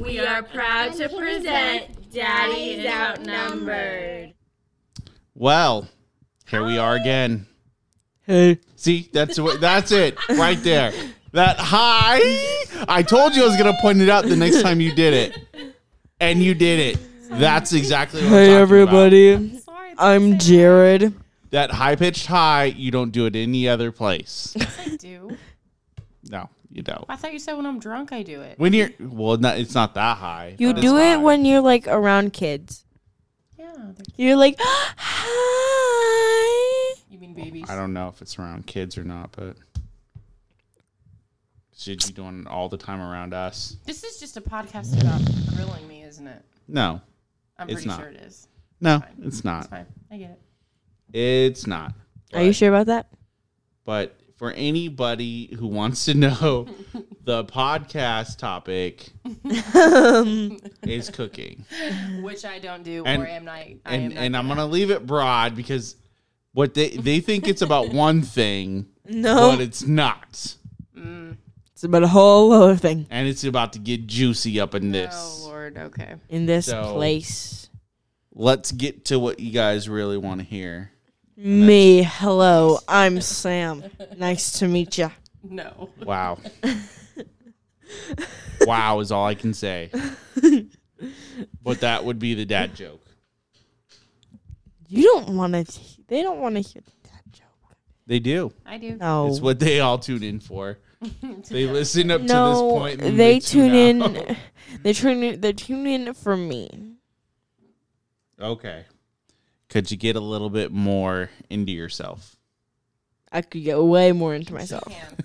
We are proud to present Daddy's Outnumbered. Well, here we are again. Hey. See, that's what that's it right there. That hi. I told you I was gonna point it out the next time you did it, and you did it. That's exactly what. I'm Hey talking everybody. Sorry, I'm Jared. about. That high pitched high. You don't do it any other place. I do. No, you don't. I thought you said when I'm drunk I do it. When you're well, not, it's not that high. You Not as do high. it when you're like around kids. Yeah. they're- You're like, hi. You mean babies? I don't know if it's around kids or not, but should you doing it all the time around us? This is just a podcast about grilling me, isn't it? No, I'm It's pretty not. sure it is. no, Fine. it's It's not. fine. I get it. It's not. Are you But- sure about that? But for anybody who wants to know, the podcast topic Um, is cooking, Which I don't do And- or am not. I and am and not I'm gonna leave it broad because what they they think it's about one thing, Oh. No. but it's not, It's about a whole other thing and it's about to get juicy up in this. Oh Lord, okay. in this So- place. Let's get to what you guys really want to hear. Me, hello. I'm Sam. Nice to meet ya. No. Wow. wow is all I can say. But that would be the dad joke. You don't want to. They don't want to hear that joke. They do. I do. No. It's what they all tune in for. They listen up to this no, point. and they tune tune out. in. They tune in. They tune in for me. Okay. Could you get a little bit more into yourself? I could get way more into myself.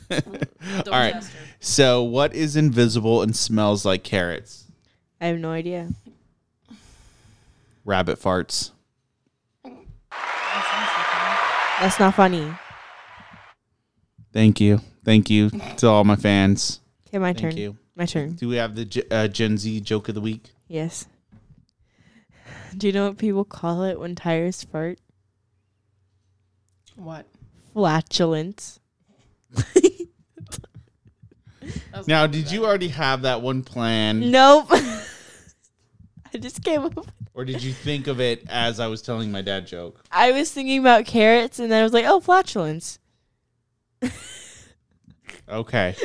Can. all right. test her. So, what is invisible and smells like carrots? I have no idea. Rabbit farts. That's not funny. Thank you. Thank you to all my fans. Okay, my Thank turn. you. My turn. Do we have the G- uh, Gen Z joke of the week? Yes. Do you know what people call it when tires fart? What? Flatulence. That was- Now, did you already have that one planned, Nope. I just came up. with- or did you think of it as I was telling my dad joke? I was thinking about carrots, and then I was like, "Oh, flatulence." Okay.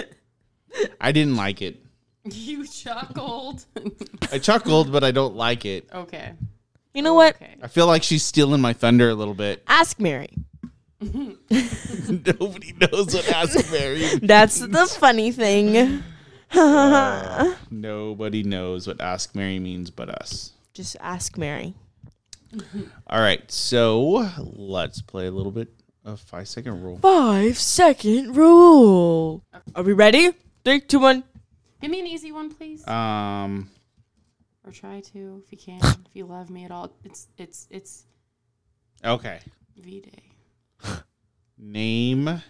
I didn't like it. You chuckled. I chuckled, but I don't like it. okay. You know what? Okay. I feel like she's stealing my thunder a little bit. Ask Mary. Nobody knows what Ask Mary. That's the funny thing. Nobody knows what Ask Mary means but us. Just ask Mary. All right, so let's play a little bit of five second rule. Five second rule. Are we ready? Three, two, one. Give me an easy one, please. Um, or try to, if you can, if you love me at all. It's it's it's okay. V Day. Name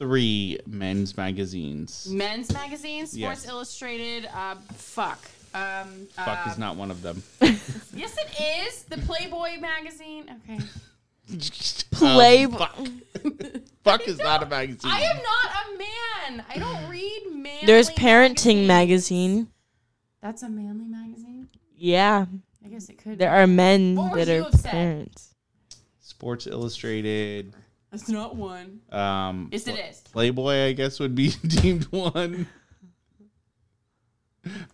three men's magazines. Men's magazine, Sports Yes. Illustrated. Uh, fuck. Um, Fuck uh, is not one of them. Yes, it is the Playboy magazine. Okay, Play- Um, fuck. Fuck is not a magazine. I am not a man. I don't read man. There's parenting magazine. That's a manly magazine. Yeah, I guess it could. there are men What were that you are upset? parents. Sports Illustrated. That's not one. Um, Yes, it is. Playboy, I guess, would be deemed one.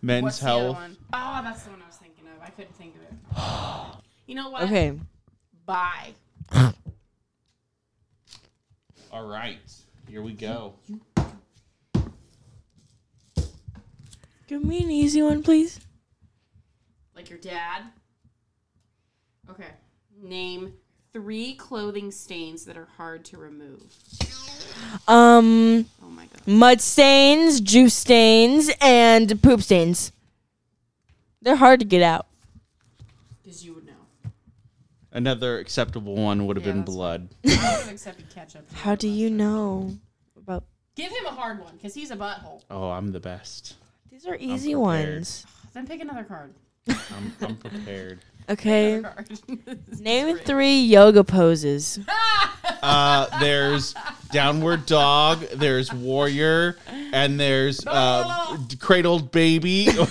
Men's What's the other health. one? Oh, that's the one I was thinking of. I couldn't think of it. You know what? Okay, Bye. All right, here we go. give me an easy one, please. Like your dad. Okay. Name three clothing stains that are hard to remove. Um, Oh my god. mud stains, juice stains, and poop stains. They're hard to get out. Because you would know. Another acceptable one would have Yeah, been that's blood. I would have accepted ketchup. How do you know about? Give him a hard one, because he's a butthole. Oh, I'm the best. These are easy prepared. ones. Then pick another card. I'm, I'm prepared. Okay, Another card. name three yoga poses. ah! Uh, there's downward dog. There's warrior, and there's uh, cradled baby or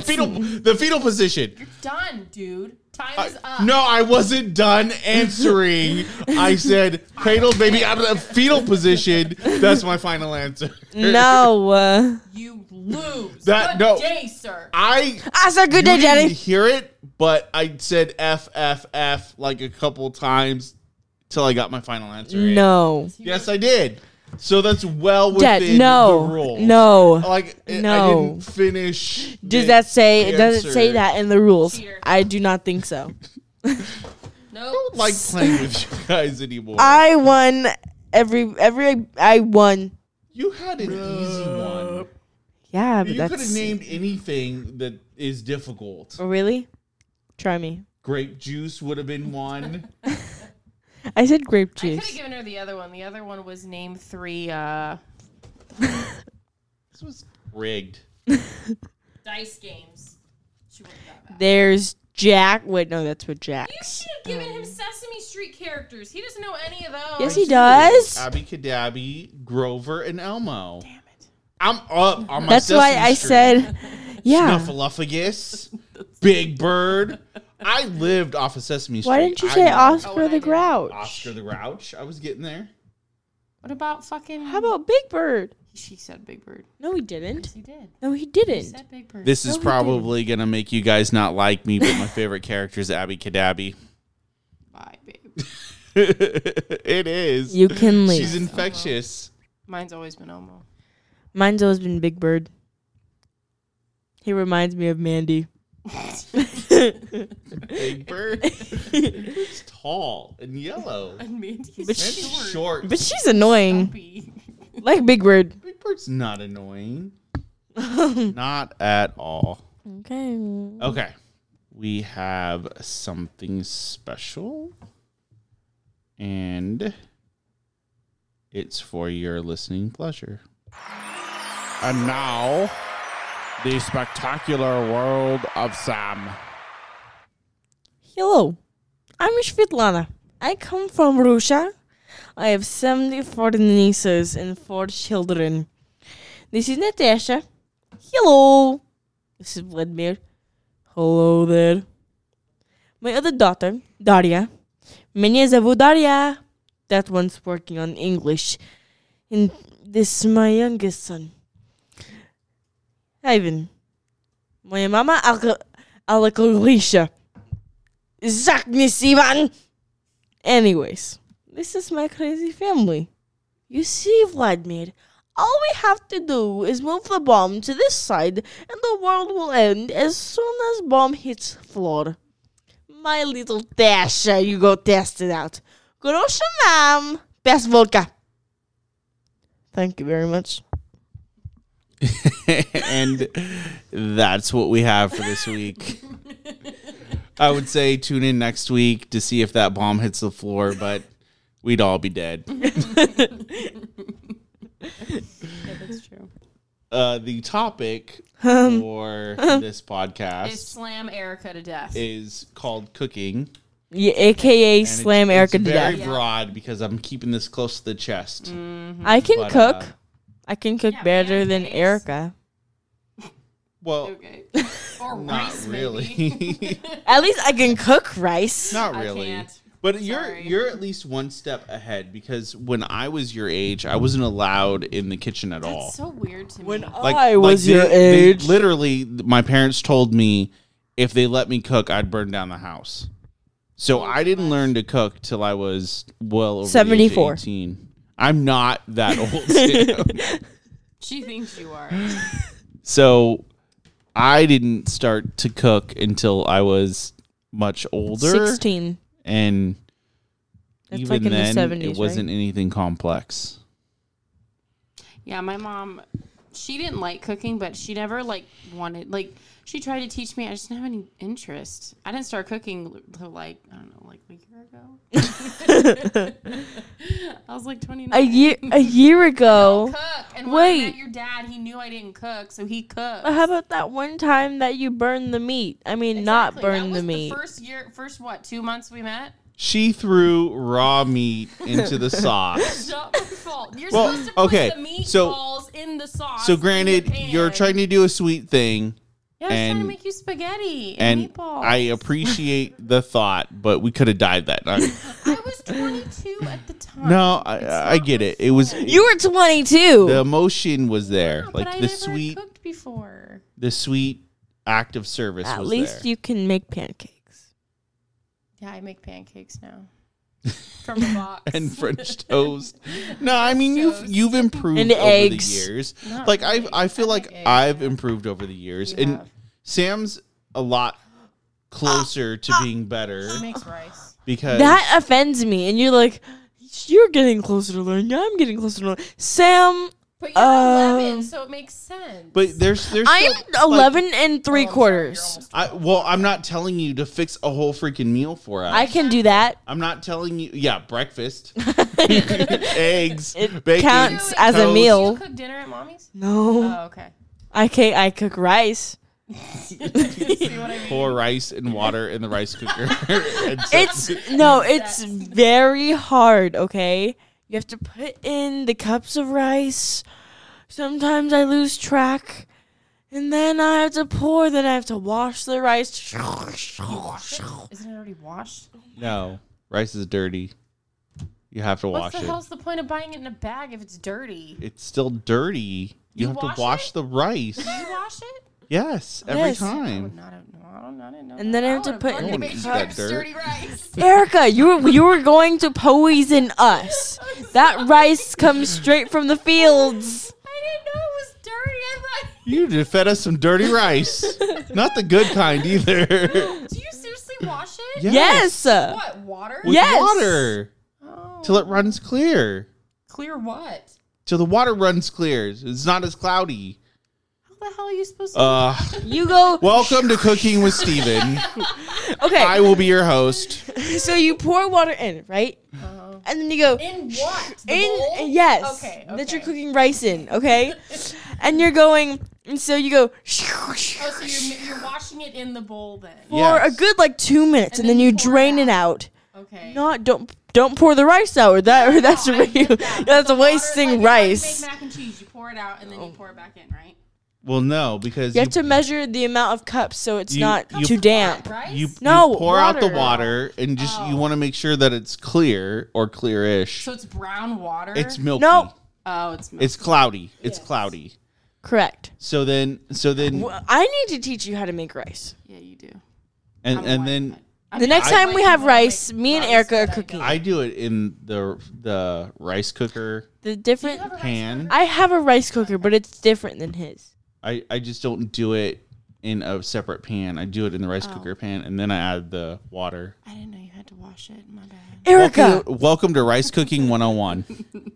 fetal. The fetal position. Done, dude. Time is up. No, I wasn't done answering. I said cradle baby out of the fetal position. That's my final answer. No. uh, You lose. That- Good no. day, sir. I I said good you day, didn't Daddy. hear it, but I said F F F like a couple times till I got my final answer. in. No. Yes, I did. So that's well within Dad, no. the rules. No. Like it, I No. didn't finish. Does the that say it doesn't answer. say that in the rules? Cheater. I do not think so. No. I don't like playing with you guys anymore. I won every every I won. you had an easy one. Yeah, but You could have that's named anything that is difficult. Oh, really. Try me. Grape juice would have been one. I said grape I could have juice. given her the other one. The other one was name three uh, this was rigged. dice games. She wouldn't have got that. There's Jack. Wait, no, that's what You Jack's. should have given him Sesame Street characters. He doesn't know any of those. Yes, he does. Abby Cadabby, Grover, and Elmo. Damn it. I'm up on my That's why Sesame I Street. said, yeah. Snuffleupagus, Big Bird. I lived off of Sesame Street. Why didn't you I say loved Oscar the Grouch? Oscar the Grouch? I was getting there. What about fucking? How about Big Bird? She said Big Bird. No, he didn't. He did. No, he She didn't. said Big Bird. This No, is we probably going to make you guys not like me, but my favorite character is Abby Cadabby. Bye, babe. it is. You can She's leave. infectious. Mine's always been Elmo. Mine's always been Big Bird. He reminds me of Mandy. Big Bird. It's tall and yellow. And Mandy's But Mandy's she- short. But she's annoying. happy. Like Big Bird. Big Bird's not annoying. not at all. Okay. Okay. We have something special. And it's for your listening pleasure. And now, the spectacular world of Sam. Hello, I'm Svetlana. I come from Russia. I have 74 nieces and 4 children. This is Natasha. Hello. This is Vladimir. Hello there. My other daughter, Daria. Меня зовут Daria. That one's working on English. And this is my youngest son, Ivan. Моя мама Алка- Алкалиша. Suck me, Sivan. Anyways, this is my crazy family. You see, Vladimir, all we have to do is move the bomb to this side, and the world will end as soon as bomb hits floor. My little Dasha, you go test it out. Grosha ma'am, best vodka. Thank you very much. and that's what we have for this week. I would say tune in next week to see if that bomb hits the floor, but we'd all be dead. That's true. Uh, the topic Um, for uh-huh. this Is podcast slam Erica to death. is called cooking. Yeah, AKA and slam it's, Erica it's to very death. broad because I'm keeping this close to the chest. Mm. I can but, cook. uh, I can cook Yeah, better than pancakes. Erica. Well, okay. Or not rice, maybe. really. At least I can cook rice. not I really. can't. But you're Sorry. you're at least one step ahead because when I was your age, I wasn't allowed in the kitchen at all. That's so weird to me. Oh, I was your they- age. literally, my parents told me if they let me cook, I'd burn down the house. Oh So I didn't learn to cook till I was well over the age of 74. 18. I'm not that old. Sam. she thinks you are. so I didn't start to cook until I was much older. 16. And That's even like in the then, 70s, it right? wasn't anything complex. Yeah, my mom, she didn't like cooking, but she never like wanted like she tried to teach me. I just didn't have any interest. I didn't start cooking till like I don't know, like a year ago. I was like twenty A nine. year a year ago. cook and when I Wait. met your dad, he knew I didn't cook, so he cooked. How about that one time that you burned the meat? I mean, not Exactly. burned that the was meat. The first year, first what? Two months we met. She threw raw meat into the sauce. not my fault. You're Well, supposed to put okay, the meatballs so- in the sauce. So, in the granted, pan. you're trying to do a sweet thing, Yeah, I was trying And- to make you spaghetti and, and meatballs. I appreciate the thought, but we could have died that night. I was 22 at the time. No, I, I get it. It was You were 22. the emotion was there, Yeah, but I like the never sweet, cooked before. the sweet act of service. At was least there. you can make pancakes. Yeah, I make pancakes now from a box. and French toast. No, I mean you've you've improved And over eggs. the years. Not like really. I I feel like like eggs, I've improved over the years, and have. Sam's a lot closer to being better She makes rice. because That offends me. And you're like, you're getting closer to learning. I'm getting closer to learning. Sam, But you're Um, 11, so it makes sense. But there's there's I'm still, like, 11 and three Oh, I'm sorry, you're quarters. almost- I well, I'm not telling you to fix a whole freaking meal for us. I can do that. I'm not telling you. Yeah, breakfast, eggs, It bacon, counts as a toast. you meal. cook dinner at mommy's? No, Oh, okay. I can I cook rice. See what I mean? Pour rice and water in the rice cooker. And so- It's no, it's very hard. Okay, you have to put in the cups of rice. Sometimes I lose track, and then I have to pour. Then I have to wash the rice. Isn't it already washed? no rice is dirty. You have to wash What's the it. hell's the point of buying it in a bag if it's dirty? it's still dirty. You, You have wash to wash it? the rice. You wash it? yes, every Yes. I would time. not have. Oh, No, I don't. I didn't know. And then I have to would've put- fucking I wanna made eat sure that it's dirt. Dirty rice. Erica, you were you were going to poison us. That rice comes straight from the fields. I didn't know it was dirty. I like. You just fed us some dirty rice, not the good kind either. Do you seriously wash it? Yes. What water? With Yes. water Oh. till it runs clear. Clear what? Till the water runs clear. It's not as cloudy. How the hell are you supposed to? Uh, You go. welcome to Cooking with Steven. Okay. I will be your host. So you pour water in, right? And then you go in uh, what? The in bowl? yes Okay, that you're okay. cooking rice in, okay? and you're going and so you go Oh, so you're, you're washing it in the bowl then. for Yes. a good like 2 minutes and, then, you pour it drain out. it out. Okay. Not don't don't pour the rice out or that or that's I get that. that's The water is like wasting if I rice. make mac and cheese. You pour it out and then you pour it back in, right? Well, no, because You you, have to measure the amount of cups so it's You- not you- too damp. Rice. Oh. you, No, you pour out the water. water and just you want to make sure that it's clear or clearish. so it's brown water. It's milky. No. oh, it's milk. It's cloudy. It's cloudy. Correct. So then, so then, Well, I need to teach you how to make rice. yeah, you do. and I'm and white, then The next I- time we have rice, me and Erica are cooking. I do it in the the rice cooker the different pan. I have a rice cooker, but it's different than his. I I just don't do it in a separate pan. I do it in the Oh. rice cooker pan, and then I add the water. I didn't know you had to wash it. My bad. Erica, Welcome, welcome to rice cooking 101.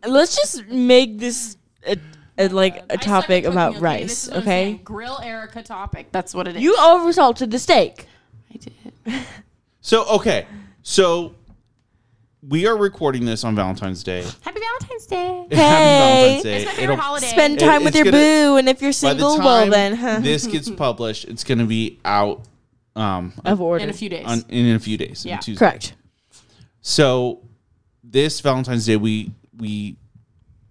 let's just make this a, a, like a I suck at topic cooking, about This rice, is what I'm saying. okay? Grill Erica topic. That's what it is. You oversalted the steak. I did. So okay, so we are recording this on Valentine's Day. Happy Valentine's Day. Happy Valentine's Day. It's my favorite It'll- holiday. Spend time It- with your it's gonna- boo, and if you're by the single, time well then, huh? this gets published, it's going to be out um of order. in a few days. on, in a few days. Yeah. on Tuesday. Correct. So this Valentine's Day, we we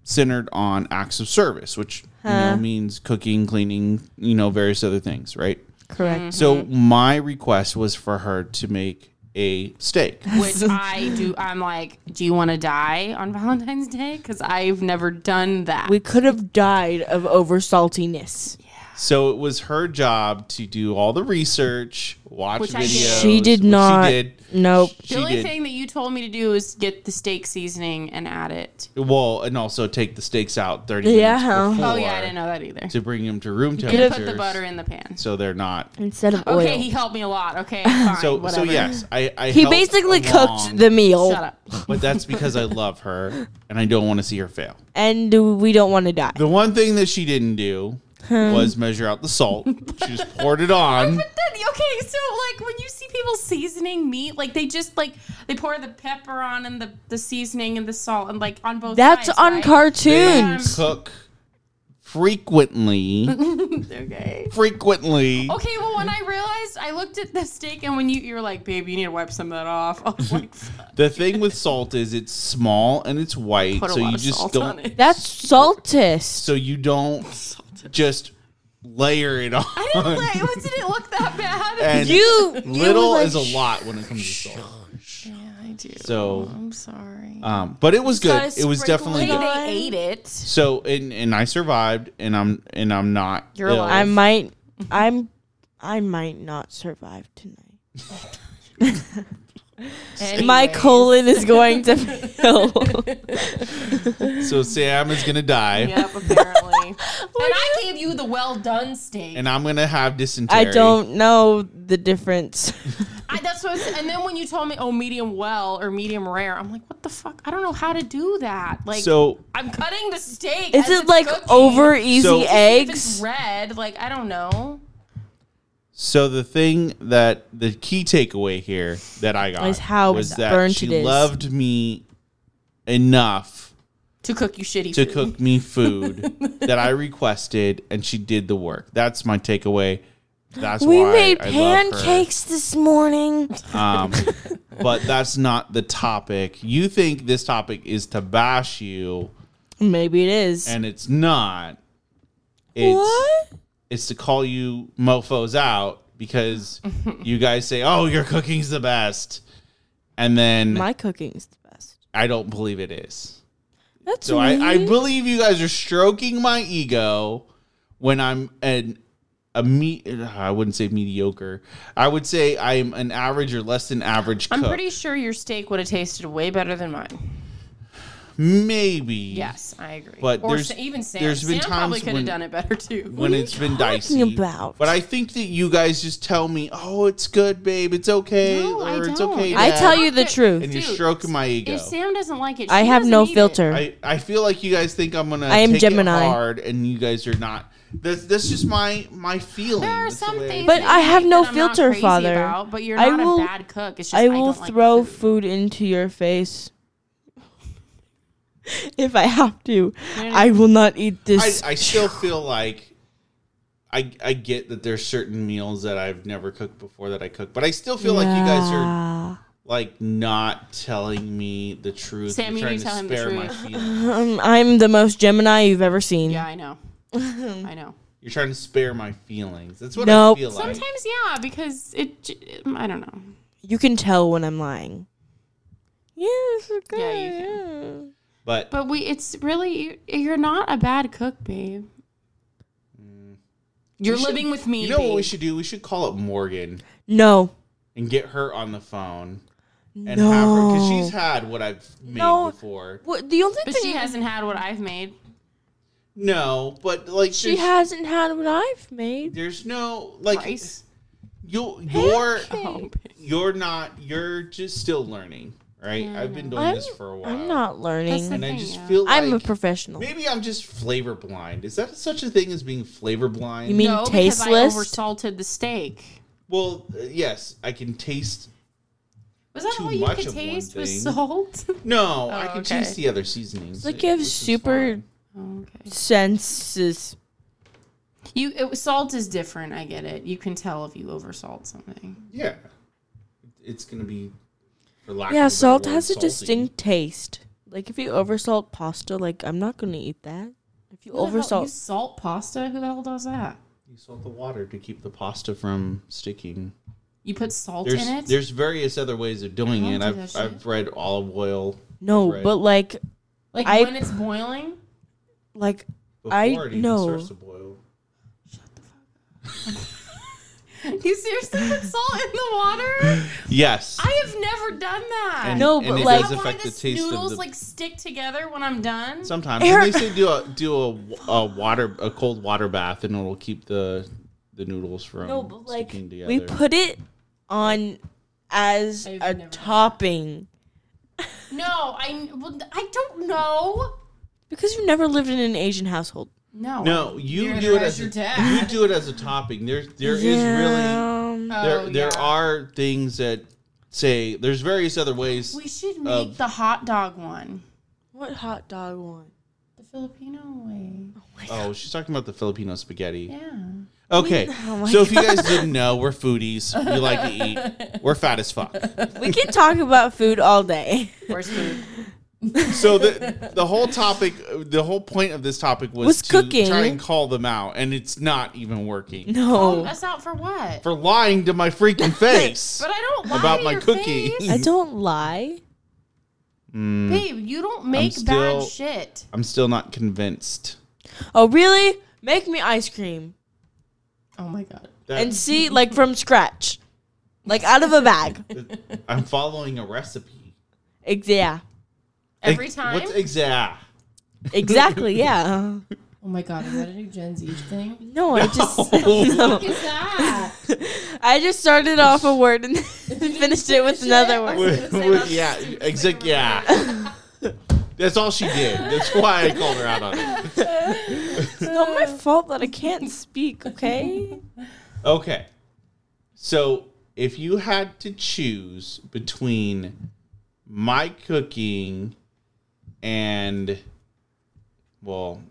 centered on acts of service, which you know means cooking, cleaning, you know, various other things, right? Mm. Correct. So my request was for her to make a steak. which I do. I'm like, do you want to die on Valentine's Day? Because I've never done that. We could have died of oversaltiness. So it was her job to do all the research, watch Which I did. videos. She did which not. She did. Nope. the She only did. thing that you told me to do is get the steak seasoning and add it. Well, and also take the steaks out thirty Yeah. minutes before Oh yeah, I didn't know that either. to bring them to room You temperature. put the butter in the pan. so they're not. Instead of oil. Okay, he helped me a lot. Okay, fine, So whatever. so yes, I, I he helped basically along. cooked the meal, Shut up. but that's because I love her and I don't want to see her fail. and we don't want to die. The one thing that she didn't do was measure out the salt. She just poured it on. Then, okay, so like when you see people seasoning meat, like they just like they pour the pepper on and the, the seasoning and the salt and like on both. That's sides, on right? They cartoons. cook frequently, Okay. frequently. Okay, well, when I realized I looked at the steak, and when you you were like, "Babe, you need to wipe some of that off." I was like, "Fuck." The thing with salt is it's small and it's white, Put a so lot you of just salt on don't. it. That's saltist. So you don't just layer it on. I didn't like. What did it look that bad? and You little like, is a lot when it comes to salt. yeah, I do. So, I'm sorry. um, but it was Oh, gotta good. It was sprinkle definitely it good. on. they ate it. So and and I survived, and I'm and I'm not. You're ill. alive. I might. I'm. I might not survive tonight. My colon is going to fail. So Sam is gonna die, Yep, apparently. And I gave you the well done steak. and I'm gonna have I dysentery. don't know the difference. I, that's what. I was, and then when you told me, oh, medium well or medium rare, I'm like, what the fuck? I don't know how to do that. Like, So I'm cutting the steak. Is as it it's like cooking. over easy So- If eggs? it's red, like I don't know. so the thing that the key takeaway here that I got Is how was that burnt she it is. loved me enough To cook you shitty to food. cook me food that I requested, and she did the work. That's my takeaway. That's we why made I love her. pancakes this morning. Um, but that's not the topic. You think this topic is to bash you, Maybe it is. and it's not. It's, what? It's to call you mofos out because you guys say, "Oh, your cooking's the best," and then My cooking's the best. I don't believe it is. That's So I, I believe you guys are stroking my ego when I'm an a me. I wouldn't say mediocre. I would say I'm an average or less than average cook. I'm pretty sure your steak would have tasted way better than mine. Maybe Yes, I agree. But or there's- Sa- even Sam. there's been Sam times probably could when- have done it better too. when it's been dicey. about? But I think that you guys just tell me, "Oh, it's good, babe. It's okay." No, I It's don't. okay. I Dad," tell you the Dude, truth. and you're Dude, stroking my ego. If Sam doesn't like it, I she have doesn't no eat it. filter. I, I feel like you guys think I'm gonna. I am take Gemini. It hard, and you guys are not. That's that's just my my feeling. There are That's the some way I things, But that I you have make no that I'm not filter, crazy Father. About, but you're I not will- a bad cook. It's just I will don't like throw the food. food into your face if I have to. I will not eat I, this. I still feel like I I get that there's certain meals that I've never cooked before that I cook, but I still feel like you guys are like not telling me the truth. Sam, You're trying you need to tell him the spare my truth. feelings. Um, I'm the most Gemini you've ever seen. Yeah, I know. I know. You're trying to spare my feelings. That's what Nope. I feel like. Sometimes, yeah, because it. j- mm, I don't know. You can tell when I'm lying. Yeah, this is good. Yeah, you but But we, it's really you're not a bad cook, babe. You're should- living with me. Mm. you know what we babe. should do? We should call up Morgan No. and get her on the phone and no. have her because she's had what I've made No. before. What, the only But thing she hasn't had what I've made. No, but like she there's, hasn't had what I've made. there's no like Rice. you you're Oh, you're not you're just still learning right i've been doing I'm- this for a while I'm not learning. That's the- and i thing, just yeah. feel like I'm a professional. maybe i'm just flavor blind is that such a thing as being flavor blind You mean no, tasteless? because I oversalted the steak. well uh, yes i can taste Was that Too all you much could of one taste was thing. salt? Oh, no i can okay. taste the other seasonings Like you have which is super fine. okay. senses. You it, salt is different. I get it. You can tell if you oversalt something. yeah it's gonna be for lack Yeah, of better salt word, has a salty. distinct taste. Like if you oversalt pasta, like I'm not gonna eat that. If you Who the hell- you oversalt, salt pasta. Who the hell does that? you salt the water to keep the pasta from sticking You put salt there's in it. there's various other ways of doing don't it do i've that shit. i've read olive oil no, Right. but like, like I- when it's boiling. like I- before it even no. starts to boil You seriously put salt in the water? Yes. I have never done that. And- No, and but it like- does Why affect the does taste of noodles the. like stick together when I'm done? sometimes at least they do a do a, w- a water a cold water bath and it'll keep the the noodles from no, but like sticking together. we put it on as I've a never done that. topping no, I well, I don't know. because you've never lived in an Asian household. No. no, you You're do it gonna as your a, dad. you do it as a topping. There there is really Um, there Oh, there yeah. are things that say there's various other ways. We should make of- the hot dog one. what hot dog one? The Filipino way. oh, she's talking about the Filipino spaghetti. Yeah. Okay. Oh so if you guys didn't know, we're foodies. We like to eat. We're fat as fuck. We can talk about food all day. Where's food? So the the whole topic, the whole point of this topic was, Was to cooking. try and call them out, and it's not even working No. Oh, That's out for what? Oh. for lying to my freaking face But I don't lie about to my your cookie. Mm-hmm. face. I don't lie. Babe, you don't make still- bad shit. I'm still not convinced. Oh, really? Make me ice cream Oh my god. That- and see, like from scratch, like out of a bag. I'm following a recipe. Ex- Yeah. Every Ex- time? What's exa? Exactly. Yeah. Oh my god, is that a new Gen Z thing? No, I just No. What is that? I just started off a word and finished it with another word. With- with- yeah, exact. Yeah. That's all she did. That's why I called her out on it. It's not my fault that I can't speak. Okay. Okay. So if you had to choose between my cooking and, well,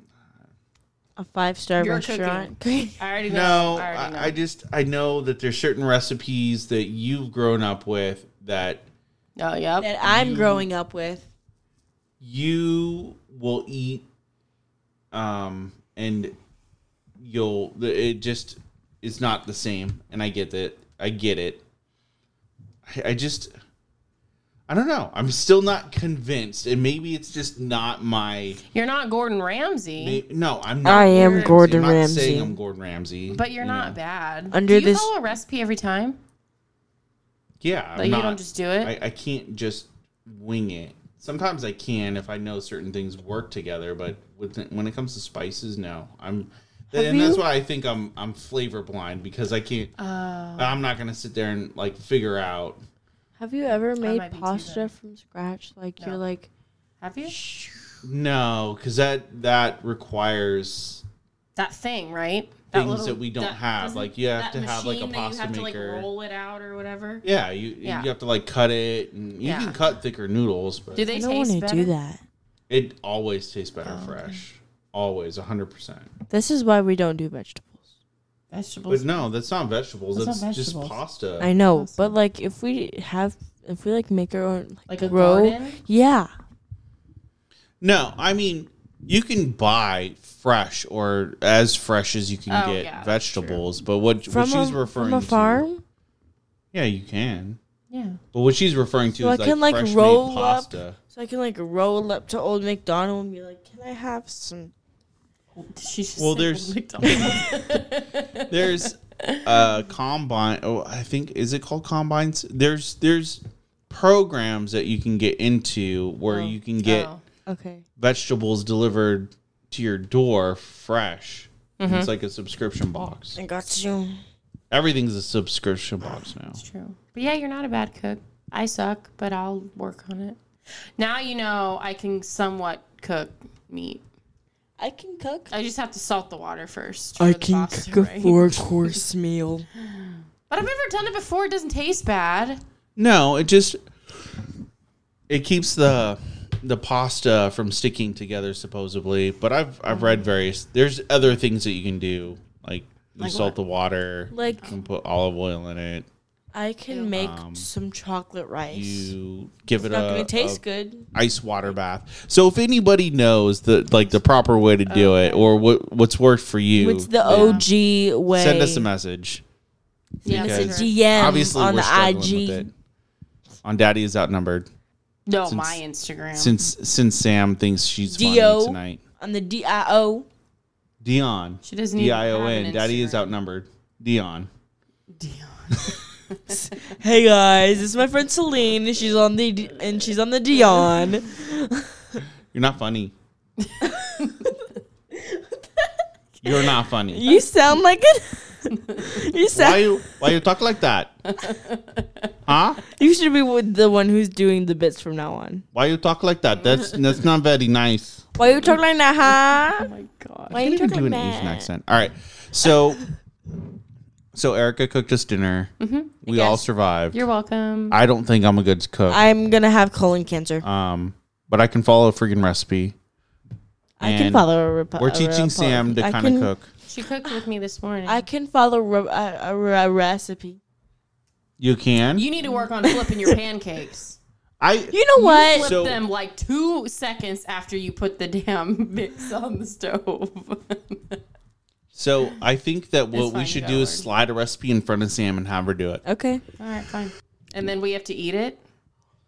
A five star You're restaurant. I already know. no, I already know. I, I just I know that there's certain recipes that you've grown up with that oh, yep. that I'm growing up with. you will eat um and you'll the- it just is not the same and i get that i get it I, I just i don't know i'm still not convinced and maybe it's just not my You're not Gordon Ramsay, may- no i'm not am Ramsay. Gordon I'm not Ramsay. saying i'm gordon ramsay but you're you not know. bad. Under do you this- follow a recipe every time? yeah I'm Like you not. don't just do it. I, I can't just wing it. Sometimes I can if I know certain things work together, but with when it comes to spices, no. I'm and that's why I think I'm I'm flavor blind because I can't. Uh, Oh. I'm not gonna sit there and like figure out. Have you ever made might be too pasta from scratch? Like you're like, Have you? No, because that that requires That thing, right? things that we don't that- have. doesn't- Like you have that to have like a machine that pasta You have maker. to like roll it out or whatever. yeah, you Yeah. you have to like cut it, and you Yeah. can cut thicker noodles, but Do they I don't taste want to better? do that. it always tastes better Oh, fresh. Always, hundred percent. This is why we don't do vegetables. Vegetables. But no, that's not vegetables. That's, That's not just vegetables. pasta. I know, but like if we have, if we like make our own, like, Like a grow, garden? yeah, no, I mean you can buy fresh or as fresh as you can Oh, get yeah, that's vegetables, but what, what from she's a, referring from a to- farm, yeah, you can. Yeah. But what she's referring to So is I like, can, like, fresh roll made up- pasta. so I can like roll up to Old McDonald and be like, "Can I have some?" She just Well, said oh, there's- McDonald's. There's a combine. Oh, I think is it called combines? There's there's programs that you can get into where you can get Oh. Okay, vegetables delivered to your door fresh. Mm-hmm. It's like a subscription box. I got you. Everything's a subscription box now. True. But yeah, you're not a bad cook. I suck, but I'll work on it. Now you know I can somewhat cook meat. I can cook. I just have to salt the water first. I for the can pasta, cook a right? four course meal. But I've never done it before. It doesn't taste bad. No, it just it keeps the the pasta from sticking together supposedly. But I've I've read various. There's other things that you can do like you salt the water, Like you can put olive oil in it, I can make Um, some chocolate rice. you give it's it not a, gonna taste a good. ice water bath. So if anybody knows the like the proper way to do it or what what's worked for you, What's the OG way? send us a message. Yeah, Because- that's true. DM Obviously, on we're the struggling IG. with it. On Daddy is outnumbered. no, my Instagram. since since Sam thinks she's Dio. funny tonight. on the DIO. Dion. She doesn't even D have E I O an N. Daddy is Instagram. outnumbered. Dion. Hey guys, this is my friend Celine. and She's on the D- and she's on the Dion. You're not funny. You're not funny. You sound like it. You Why sound. you why you talk like that? Huh? You should be with the one who's doing the bits from now on. Why you talk like that? That's that's not very nice. Why you talk like that, huh? Oh my god. Why I you can talk do like an that? Asian accent. All right. So so Erica cooked us dinner. We all survived. Mm-hmm. You're welcome. I don't think I'm a good cook. I'm gonna have colon cancer. um, but I can follow a freaking recipe. I can and follow a rep- We're teaching Sam to kind of cook. She cooked with me this morning. I can follow re- a, a, a recipe. You can. you need to work on flipping your pancakes. I You know what? Flip So- them like two seconds after you put the damn mix on the stove. so I think that what we fine, should go do is on. slide a recipe in front of Sam and have her do it. okay. All right, fine. And then we have to eat it.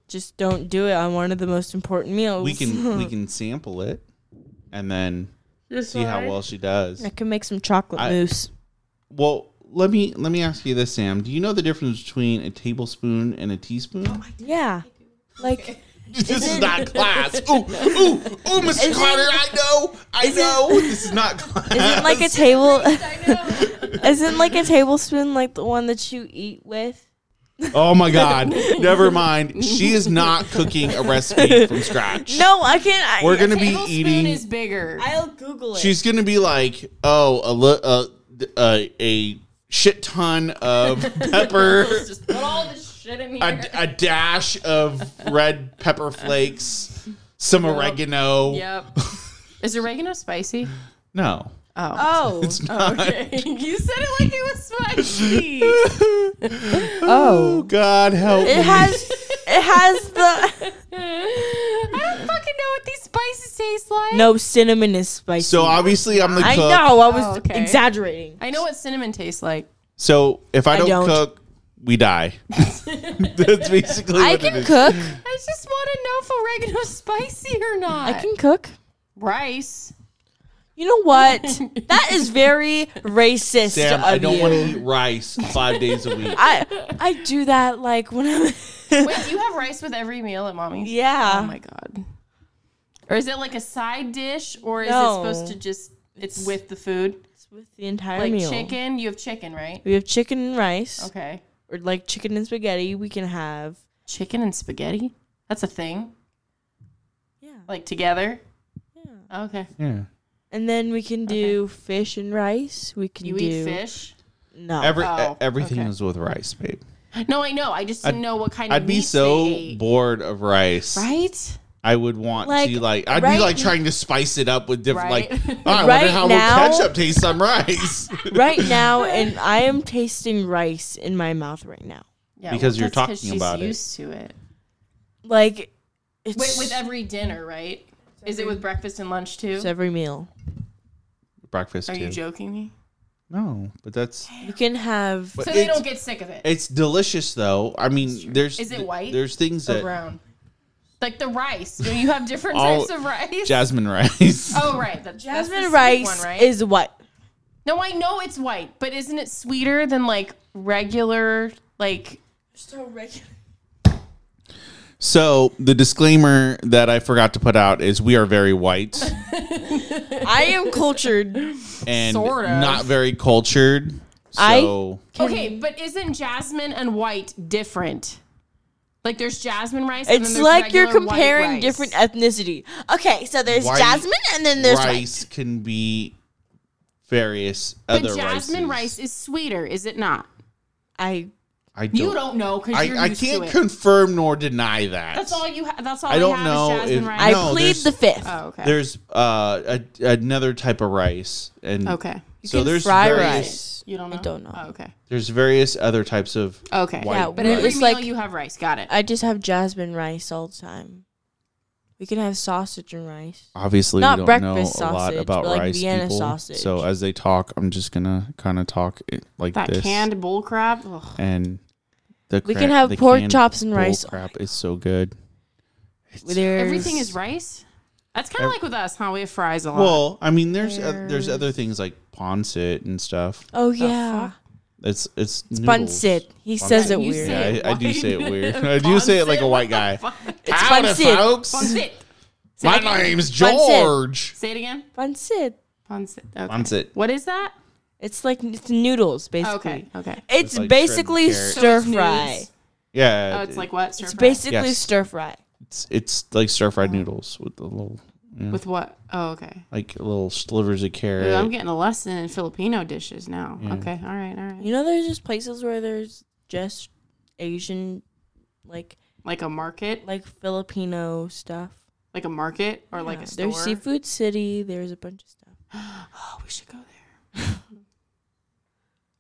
Just don't do it on one of the most important meals. We can we can sample it and then see how well she does. I can make some chocolate I- mousse. Well, let me let me ask you this, Sam. Do you know the difference between a tablespoon and a Oh teaspoon? Yeah. Like this is not class. Ooh, ooh, ooh, Mr. Carter, I know, I know. This is not class. isn't like a table Isn't like a tablespoon like the one that you eat with? Oh my God! Never mind. She is not cooking a recipe from scratch. No, I can't I, We're gonna be Tablespoon eating. is bigger. I'll Google it. She's gonna be like, oh, a li- uh, a, a shit ton of pepper, Just put all this shit in here. a, a dash of red pepper flakes, some oregano. yep. Is oregano spicy? No, Oh. oh. it's not. you said it like it was spicy. oh God, help me! It has it has the I don't fucking know what these spices taste like. No cinnamon is spicy. so obviously I'm the cook. I know, I was Oh, okay. exaggerating. I know what cinnamon tastes like. So if I don't, don't. cook, we die. That's basically. I what it can is. cook. I just want to know if oregano's spicy or not. I can cook. rice. You know what? that is very racist Sam, of I don't you. want to eat rice five days a week. I I do that like when I'm Wait, do you have rice with every meal at mommy's? yeah. Oh my god. Or is it like a side dish, or is No. it supposed to just it's with the food? It's with the entire Like meal. chicken, you have chicken, right? We have chicken and rice, Okay. or like chicken and spaghetti. We can have Chicken and spaghetti. That's a thing. yeah, Like together. yeah. Okay. Yeah. And then we can do fish and rice. We can You do eat fish? no. Every e-, Oh, everything okay. is with rice, babe. No, I know. I just didn't I'd- know what kind I'd of be meats so they ate. bored of rice. right. I would want Like, to like. I'd right- be like trying to spice it up with different. Like, Right. "Oh, I Right wonder how now- will ketchup taste on rice. right now, and I am tasting rice in my mouth right now. Yeah, Because you're that's 'cause talking she's about it. Used to it. Like it's With, with every dinner, right? Is it with breakfast and lunch too? it's every meal. Breakfast Are too. you joking me? no, but that's. You can have But So they it's- don't get sick of it. It's delicious though. I mean, there's Is it white There's things Or that brown. Like the rice. Do you have different All- types of rice? jasmine rice. oh right, the jasmine that's the sweet rice one, right? is what No, I know it's white, but isn't it sweeter than like regular like So the disclaimer that I forgot to put out is we are very white I am cultured. and Sort of. not very cultured. I- So Okay, but isn't jasmine and white different? Like there's jasmine rice and then It's there's like you're regular white comparing rice. different ethnicity. Okay, so there's White jasmine and then there's white. rice can be various But other jasmine rices. rice is sweeter, is it not? I I don't. You don't know cuz you're I, I used to can't it. confirm nor deny that. that's all you ha- that's all I don't have know is jasmine if- rice. I No, plead there's- the fifth. oh, okay. There's uh, a, another type of rice, and okay. so can there's fry various, rice. You don't know. I don't know. Oh, okay. There's various other types of Okay. white Yeah, But Right. It's every rice. meal like- you have rice. Got it. I just have jasmine rice all the time. We can have sausage and rice. Obviously, not we don't know breakfast a lot sausage, about but, like, rice Vienna people. sausage. So as they talk, I'm just gonna kind of talk it like that this, canned bull crab. Ugh. and the We cra- can have the pork canned chops and bull rice. Oh Crap, it's so good. There's, Everything is rice. That's kind of Ev- like with us, huh? We have fries a lot. Well, I mean, there's oth- there's other things like ponset and stuff. Oh yeah, It's it's, it's Bunsit. He says it You weird. say Yeah, I, I do Why? say it weird. I do say it like a Bunsit? white guy. It's Howdy, Bunsit. folks. Ponset. Say My it again. name's George. Say it again. Bunsit. Ponset. Okay. Bunsit. What is that? It's like it's noodles basically. Okay. Okay. It's, It's like basically shredded carrot. stir So it's fry. noodles. Yeah, Oh, it's like what? Stir It's fry? basically Yes. stir fry. it's, it's like stir fried noodles with the little with what? Oh, okay. like little slivers of carrot. Ooh, I'm getting a lesson in Filipino dishes now. Mm. Okay. All right. All right. You know, there's just places where there's just Asian, like Like a market, like Filipino stuff. like a market or like Yeah, a store. There's Seafood City. There's a bunch of stuff. Oh, we should go there.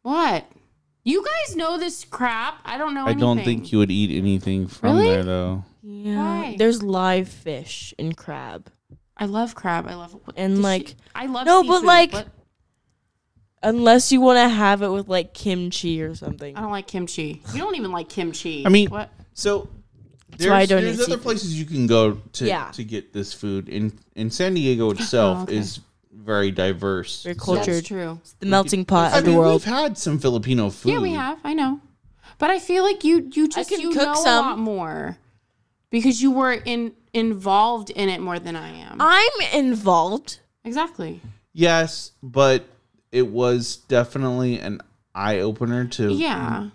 What? You guys know this crap. I don't know. I don't anything. think you would eat anything from Really? there though. Yeah. Why? There's live fish and crab. I love crab. I love what- And, does she- like- I love No, but, seafood, like- Unless you want to have it with like kimchi or something. I don't like kimchi. You don't even like kimchi. I mean- what? So why I there's, don't there's eat other seafood. places you can go to Yeah. to get this food. In in San Diego itself is very diverse. Very So- cultured. That's true. It's the melting pot I of the mean, world. we've had some Filipino food. Yeah, we have. I know, but I feel like you you just can you cook know some. a lot more because you were in involved in it more than I am. I'm involved. exactly. Yes, but it was definitely an eye opener to Yeah,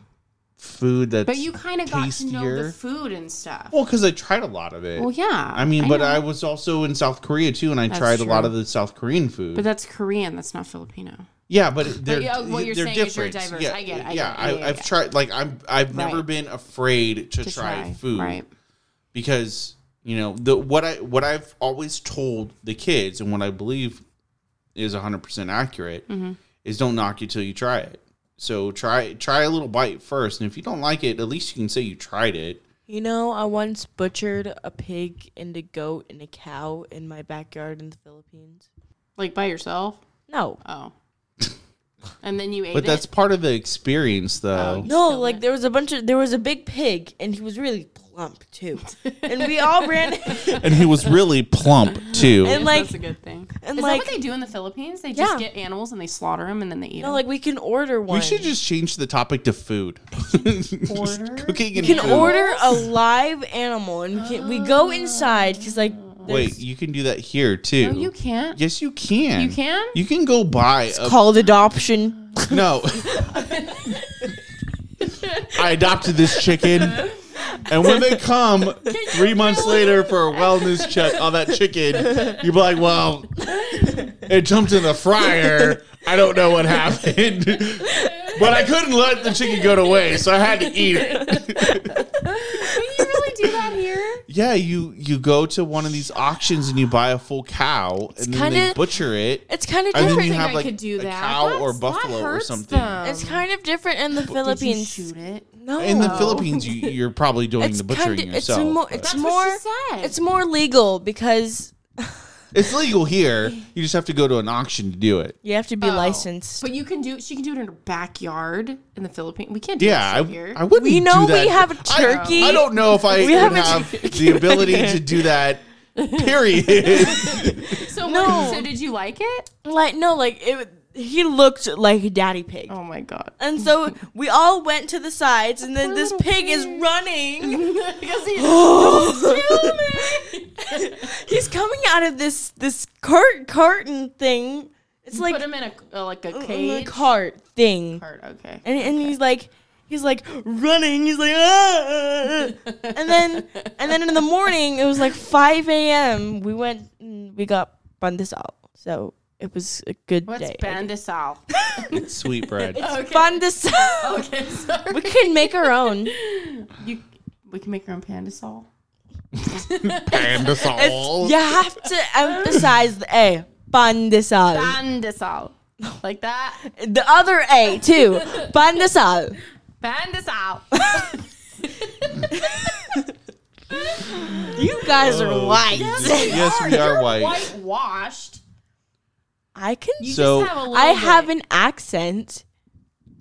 food that's but you kind of got to know tastier. the food and stuff. well because I tried a lot of it. Well, yeah. I mean, but know. I was also in South Korea too, and I tried a lot true. of the South Korean food. But that's Korean. That's not Filipino. yeah, but it- they're yeah, what you're they're saying is you're different. diverse. Yeah, I get it, I yeah, get it, yeah, yeah, I've yeah. tried like I'm I've never Right. been afraid to, To try, food Right. because you know the what I what I've always told the kids and what I believe is 100 percent accurate Mm-hmm. is don't knock it till you try it. So try try a little bite first, and if you don't like it, at least you can say you tried it. You know, I once butchered a pig and a goat and a cow in my backyard in the Philippines. Like by yourself. No. Oh. and then you ate But that's it. Oh. part of the experience, though. No, like there was a bunch of there was a big pig and he was really plump too. and we all ran and he was really plump too. and like that's a good thing. and Is like that what they do in the Philippines? They just Yeah. get animals and they slaughter them and then they eat no, them. like we can order one. We should just change the topic to food. Just Order? Cooking you and can food. order a live animal and we, can, we go inside because like Wait, you can do that here too. no, you can't. Yes, you can. You can? You can go buy a called adoption. no. I adopted this chicken, and when they come three months later for a wellness check on that chicken, you're like, "Well, it jumped in the fryer. I don't know what happened, but I couldn't let the chicken go to waste, so I had to eat it." you really do that here? Yeah, you you go to one of these auctions and you buy a full cow, and then they kinda- butcher it, It's kind of and then different. you think have I like could do a that. cow or That's- that buffalo or hurts something. them. it's kind of different in the Did you Philippines. shoot it? No, In the Philippines, you, you're probably doing Oh. it's the butchering kinda, it's yourself. more but- it's It's, That's more what she said. it's more legal because legal here. You just have to go to an auction to do it. you have to be Oh. licensed. But you can do. She can do it in her backyard in the Philippines. We can't do Yeah, yeah, I, here. I wouldn't. We know do that. we have a I- turkey. I, don't know if I We would have a have the ability to do that. Period. so what- No. So did you like it? Like no, like it. He looked like a daddy pig. Oh my god! And so we all went to the sides, and then this pig is running. Because he- He's coming out of this this cart carton thing. It's like put him in a uh, like a a cage. cart thing, Card, Okay. and and he's like he's like running. He's like ah! and then and then in the morning it was like five a.m. We went and we got bandesal, so it was a good What's day. bandasal? it's sweetbread. okay. Bandesal. okay. Sorry. We can make our own. You, we can make our own pandasol. Pandasol. You have to emphasize the A. Bandesal. Bandasol. Like that. The other A too. Bandesal. Bandasol. You guys are Oh, white. Jesus. Yes, we are white. Whitewashed. I can. You So- just have a little I bit. have an accent.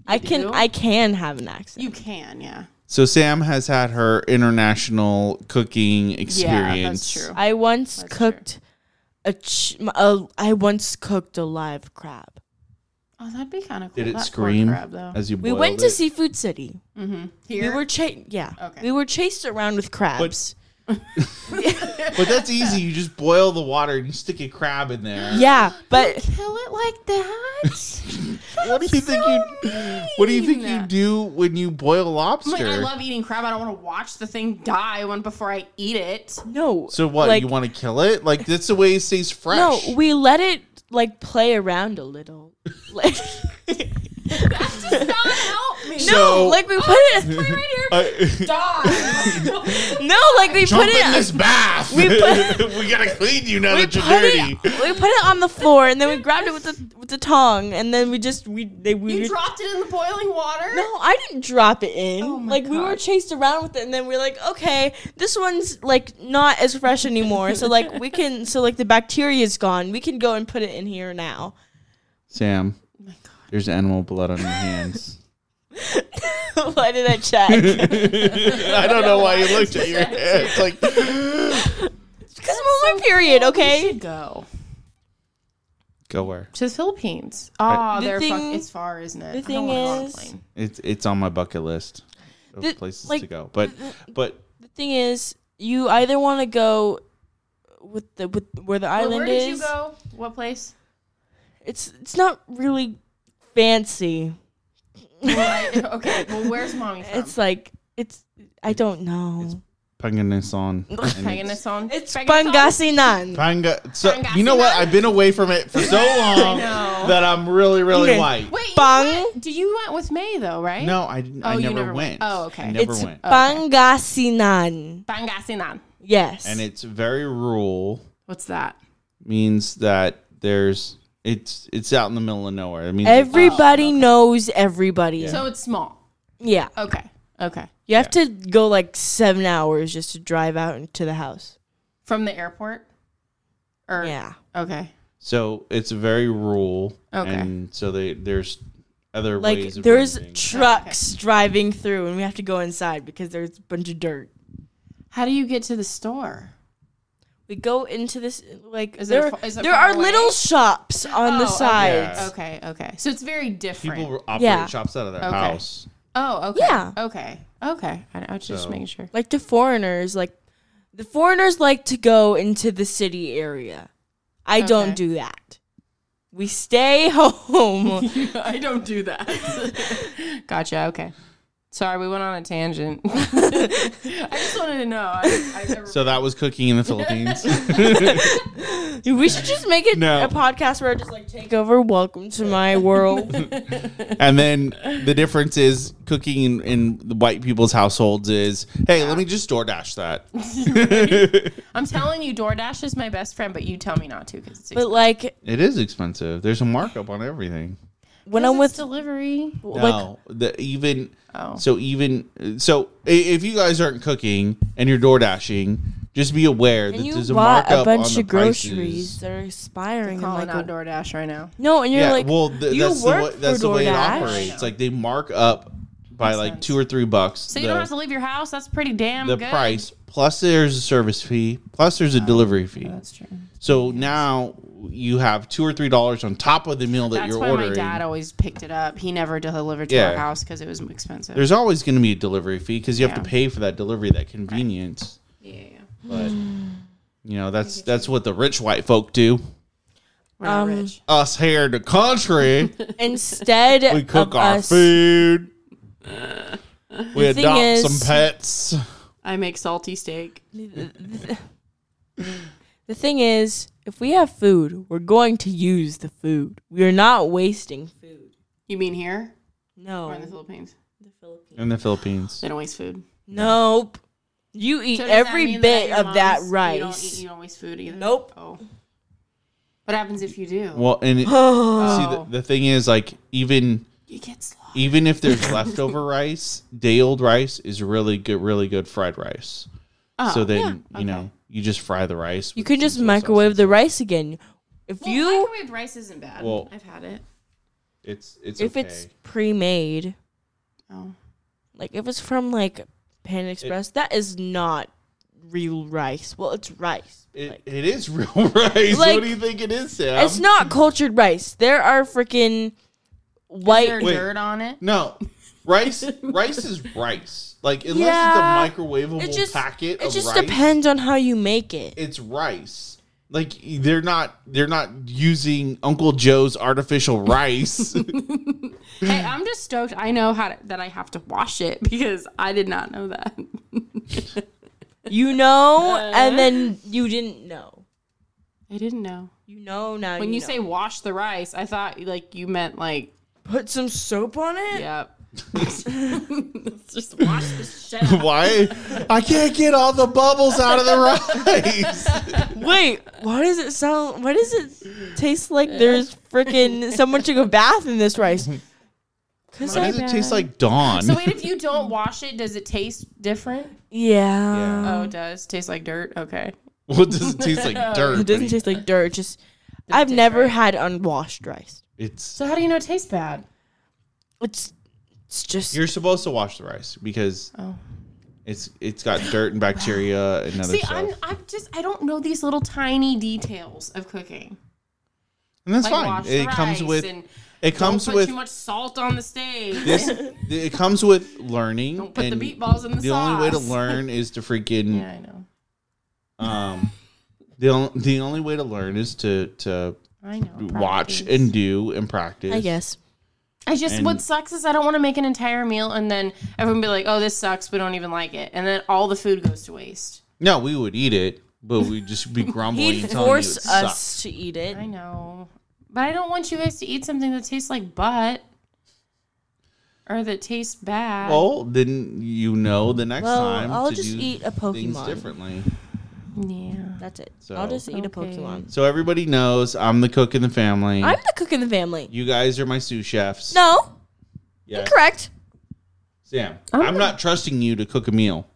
I can. do? I can have an accent. You can, yeah. So Sam has had her international cooking experience. Yeah, that's true. I once That's cooked a, ch- a. I once cooked a live crab. Oh, that'd be kind of cool. Did it That poor scream crab, though. as you We boiled went it? to Seafood City. Here, We were chased. Yeah. Okay. We were chased around with crabs. But that's easy. You just boil the water and you stick a crab in there. yeah, but kill it like that. What do you think you? What do you think you do when you boil Oh lobster? like, I love eating crab. I don't want to watch the thing die when before I eat it. no. so what? like- you want to kill it? Like that's the way it stays fresh. No, we let it like play around a little. Like, Not help me. Oh, no, like we put it. No, like we Uh, Jump put in it. this bath. We, put- gotta clean you now We that put, you're dirty. it, we put it on the floor and then we grabbed it with the with the tongue and then we just we they we You dropped Oh it in the boiling water. No, I didn't drop it in. like we were chased around with it, and then we are like, okay, this one's like not as fresh anymore. so like we can, so like the bacteria is gone. We can go and put it in here now. Sam, Oh there's animal blood on your hands. Why did I check? I don't know why you looked at your hands. Like, Because I'm on my period. We Okay. should go go where? to the Philippines. Oh, The they're fuck- thing- it's far, isn't it? the I don't thing wanna go on a is- plane. It's it's on my bucket list of The- places to like, go. But but The thing is, you either want to go with the with where the Well, island where did is. you go? What place? It's it's not really fancy. okay, well, where's mommy from? It's like it's I don't know. Pangasinan. Hanging us on. It's, Hanging us on? Pangasinan. Panga. So you know what? I've been away from it for so long that I'm really really Okay. white. Wait, you Bang. went- do you went with May though, right? No, I didn't. I Oh, you never, never went. went. Oh, okay. I never It's uh, went. Pangasinan. Pangasinan. Yes. And it's very rural. What's that? Means that there's it's it's out in the middle of nowhere. uh, It means Everybody Oh, knows everybody. Yeah. So it's small. Okay. Okay. You have to go like seven hours just to drive out into the house. From the airport? Or Yeah. okay. So it's very rural. Okay. And so they there's other Like ways. of there's doing things. trucks driving through and we have to go inside because there's a bunch of dirt. How do you get to the store? We go into this like Is it there, fa- is it there far are away? little shops on the Oh, okay. sides. Yeah. Okay, okay. So it's very different. people operate Yeah. shops out of their Okay. house. oh, okay. Yeah. Okay. Okay. I, I was just So- making sure. Like to foreigners, like the foreigners like to go into the city area. I Okay. don't do that. We stay home. I don't do that. gotcha. Okay. Sorry, we went on a tangent. I just wanted to know. I, I never So that was cooking in the Philippines. we should just make it No. a podcast where I just like take over. Welcome to my world. and then the difference is cooking in, in the white people's households is hey, let me just DoorDash that. I'm telling you, DoorDash is my best friend, but you tell me not to because it's But like It is expensive. There's a markup on everything. when I'm with delivery. like No, the even Oh. so even so i- if you guys aren't cooking and you're DoorDashing, just be aware that and you there's a bought markup a bunch on of the groceries prices. that are expiring and Calling like out a, DoorDash right now. no, and you're yeah, like well, th- you that's work the way, that's for the way it DoorDash. operates. Like they mark up by like two or three bucks. So you don't have to leave your house. That's pretty damn the good. price plus there's a service fee plus Oh, there's a delivery fee. That's true. So now you have two or three dollars on top of the meal that That's you're why ordering. my dad always picked it up. He never delivered to Yeah. our house because it was expensive. There's always going to be a delivery fee because you have to pay for that delivery, that convenience. yeah, yeah. But you know that's that's what the rich white folk do. We're not Um, rich. Us here in the country, instead we cook of our us, food. We thing adopt is- some pets. I make salty steak. The thing is, if we have food, we're going to use the food. We are not wasting food. You mean here No, or in the Philippines? In the Philippines, They don't waste food. nope. You eat So does that every mean that bit your of that mom's- You don't, eat, rice. you don't waste food either. Nope. Oh. What happens if you do? well, and it, see the, Oh. the thing is, like even you get slow. even if there's leftover rice, day old rice is really good, really good fried rice. so then you know you just fry the rice. Oh, You with can some just soy microwave sauce. the rice again. If Well, you microwave rice isn't bad. Well- I've had it. It's it's if okay. it's pre-made, Oh. like if it's from like Pan Express, that is not real rice. Well, it's rice. It, it is real rice. what Like, do you think it is, Sam? it's not cultured rice. There are freaking Is white. there Wait. dirt on it? no rice. rice is rice. Like unless Yeah. it's a microwavable It just packet it of just rice, depends on how you make it. It's rice. Like they're not they're not using Uncle Joe's artificial rice. Hey, I'm just stoked. I know how to, that I have to wash it because I did not know that. Uh-huh. You know, and then you didn't know. I didn't know. You know now. When you know. say wash the rice, I thought like you meant like put some soap on it, yep. Let's just wash the shit. out. Why? I can't get all the bubbles out of the rice. wait, why does it sound? Why does it taste like there's freaking someone took a bath in this rice? Cause Why I, does it taste like Dawn? So wait, if you don't wash it, does it taste different? yeah, Oh, it does. Tastes like dirt. Okay. well, it doesn't taste like dirt. it doesn't but taste like dirt. Just I've never had unwashed rice. It's So how do you know it tastes bad? It's it's just you're supposed to wash the rice because Oh. it's it's got dirt and bacteria and other See, stuff, I'm I'm just I don't know these little tiny details of cooking. and that's Like fine. wash It the comes rice with and it don't comes put with too much salt on the steak. this. It comes with learning. Don't put the and meatballs in the only way to sauce. learn is to freaking yeah, I know. um. The, on- the only way to learn is to to I know. watch practice. and do and practice. I guess. I just and- what sucks is I don't want to make an entire meal and then everyone be like, "Oh, this sucks. We don't even like it," and then all the food goes to waste. No, we would eat it, but we'd just be grumbling. He'd telling force you it sucks. us to eat it. I know, but I don't want you guys to eat something that tastes like butt or that tastes bad. Well, then you know the next Well, time I'll to just do eat a things Pokemon. differently. yeah. That's it. So- I'll just eat a Okay. Pokemon. So everybody knows I'm the cook in the family. I'm the cook in the family. you guys are my sous chefs. No, yeah. correct. Sam, I'm, not trusting you to cook a meal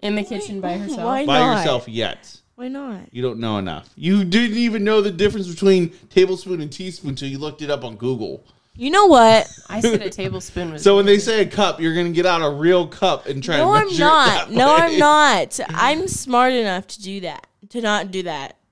In the kitchen by herself. Why by not? yourself yet. Why not? You don't know enough. You didn't even know the difference between tablespoon and teaspoon until you looked it up on Google. You know what? I said a tablespoon was. So when they say a cup, you're gonna get out a real cup and try No, to I'm measure it not. that No, I'm way. not. I'm smart enough to do that. To not do that.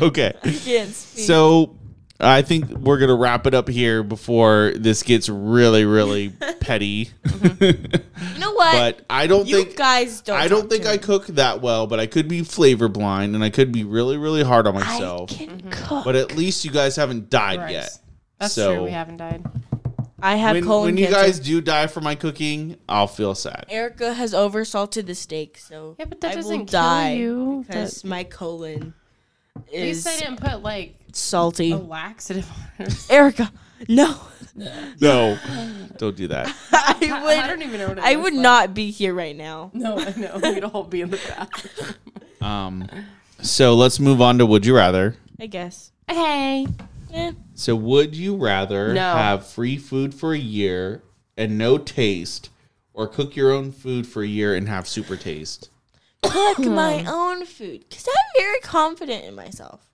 Okay. Can't speak. So I think we're gonna wrap it up here before this gets really, really petty. Uh-huh. you know what? but I don't you think guys don't. I don't talk think to I me. cook that well, but I could be flavor blind and I could be really, really hard on myself. I can cook. But at least you guys haven't died Rice. yet. That's so true. We haven't died. I have when, colon when you cancer. guys do die for my cooking, I'll feel sad. Erica has oversalted the steak, so Yeah, but that I will doesn't kill die you. because my colon At least I is didn't put like salty. a laxative on it. Erica, no, No, don't do that. I I would. don't even know what it I looks would like. not be here right now. No, I know. We'd all be in the bathroom. Um, so let's move on to would you rather. I guess. Hey. Eh. So would you rather No. have free food for a year and no taste or cook your own food for a year and have super taste? cook my own food because I'm very confident in myself.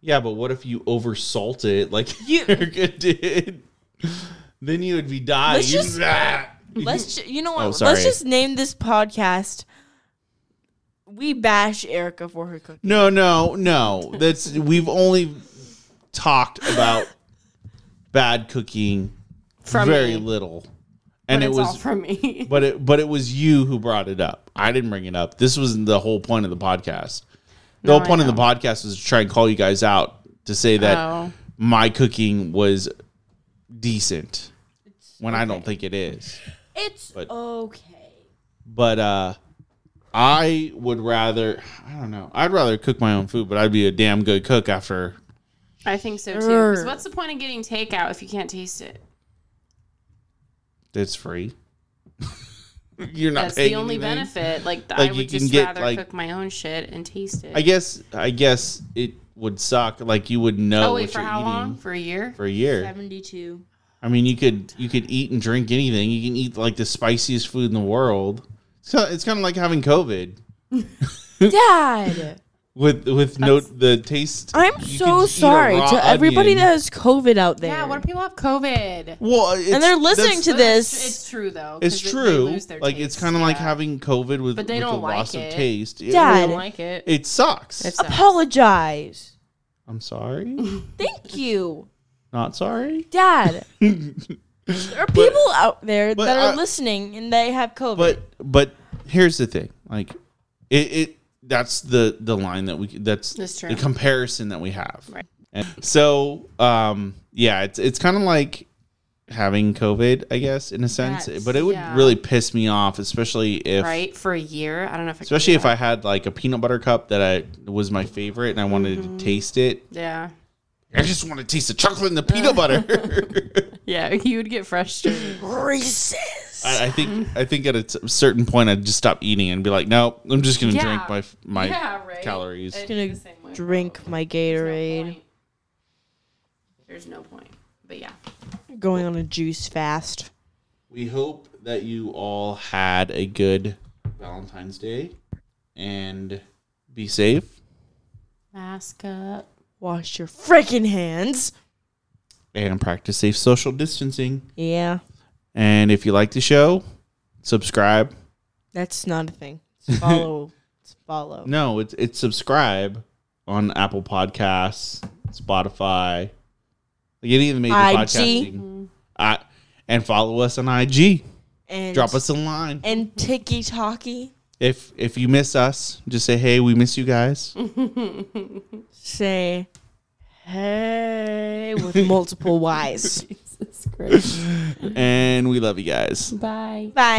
Yeah, but what if you oversalt it like You- Erica did? Then you would be dying. Let's just- Let's, ju- you know what? Oh, sorry. Let's just name this podcast. We bash Erica for her cooking. no, no, no. That's we've only talked about bad cooking From very me. little, But and it it's all was from me. But it but it was you who brought it up. I didn't bring it up. This was the whole point of the podcast. The whole point of the podcast was to try and call you guys out to say that Oh. my cooking was decent. When I don't think it is. It's But- okay. But uh I would rather I don't know. I'd rather cook my own food, but I'd be a damn good cook after I think so too. 'Cause what's the point of getting takeout if you can't taste it? it's free. You're not That's paying the only anything. benefit. Like, Like, I you would can just get, rather like- cook my own shit and taste it. I guess I guess it would suck. Like you would know oh wait, what for you're how eating long? For a year? for a year. Seventy-two. I mean, you could you could eat and drink anything. You can eat like the spiciest food in the world. So it's kind of like having COVID Dad, with with no the taste. I'm you can so just eat a sorry raw to everybody onion. that has COVID out there. yeah. What if people have COVID? well, it's, and they're listening to that's- It's, this. it's true though. It's 'cause they- they true. lose their Like it's taste, kind of like yeah. having COVID with But they with don't a like loss it. of taste. It- I Dad, don't like it. it sucks. It's- apologize. I'm sorry. Thank you, Not sorry. Dad. there are people out there but that are I- listening and they have COVID. But but here's the thing. Like it, it that's the the line that we that's, That's true. the comparison that we have. Right. And so um yeah, it's it's kind of like having COVID, I guess, in a sense. That's- but it would yeah. really piss me off, especially if right? For a year. I don't know if I could do especially if that. I had like a peanut butter cup that I was my favorite and I wanted Mm-hmm. to taste it. Yeah. I just want to taste the chocolate and the peanut butter. Yeah, you would get frustrated. I, I think I think at a t- certain point I'd just stop eating and be like, no, I'm just gonna Yeah. drink my f- my yeah, right. calories. It'd Gonna be the same way. Drink my Gatorade. point. There's no point. But yeah. Going on a juice fast. We hope that you all had a good Valentine's Day and be safe Mask up. Wash your freaking hands. and practice safe social distancing. Yeah, And if you like the show, subscribe. that's not a thing. It's follow. it's follow. No, it's it's subscribe on Apple Podcasts, Spotify, like any of the major IG. Mm-hmm. podcasting. I, and follow us on IG. And Drop us a line. and ticky talkie. If if you miss us, just say hey, we miss you guys. Say hey with multiple Y's. It's great. Mm-hmm. and we love you guys. Bye. Bye.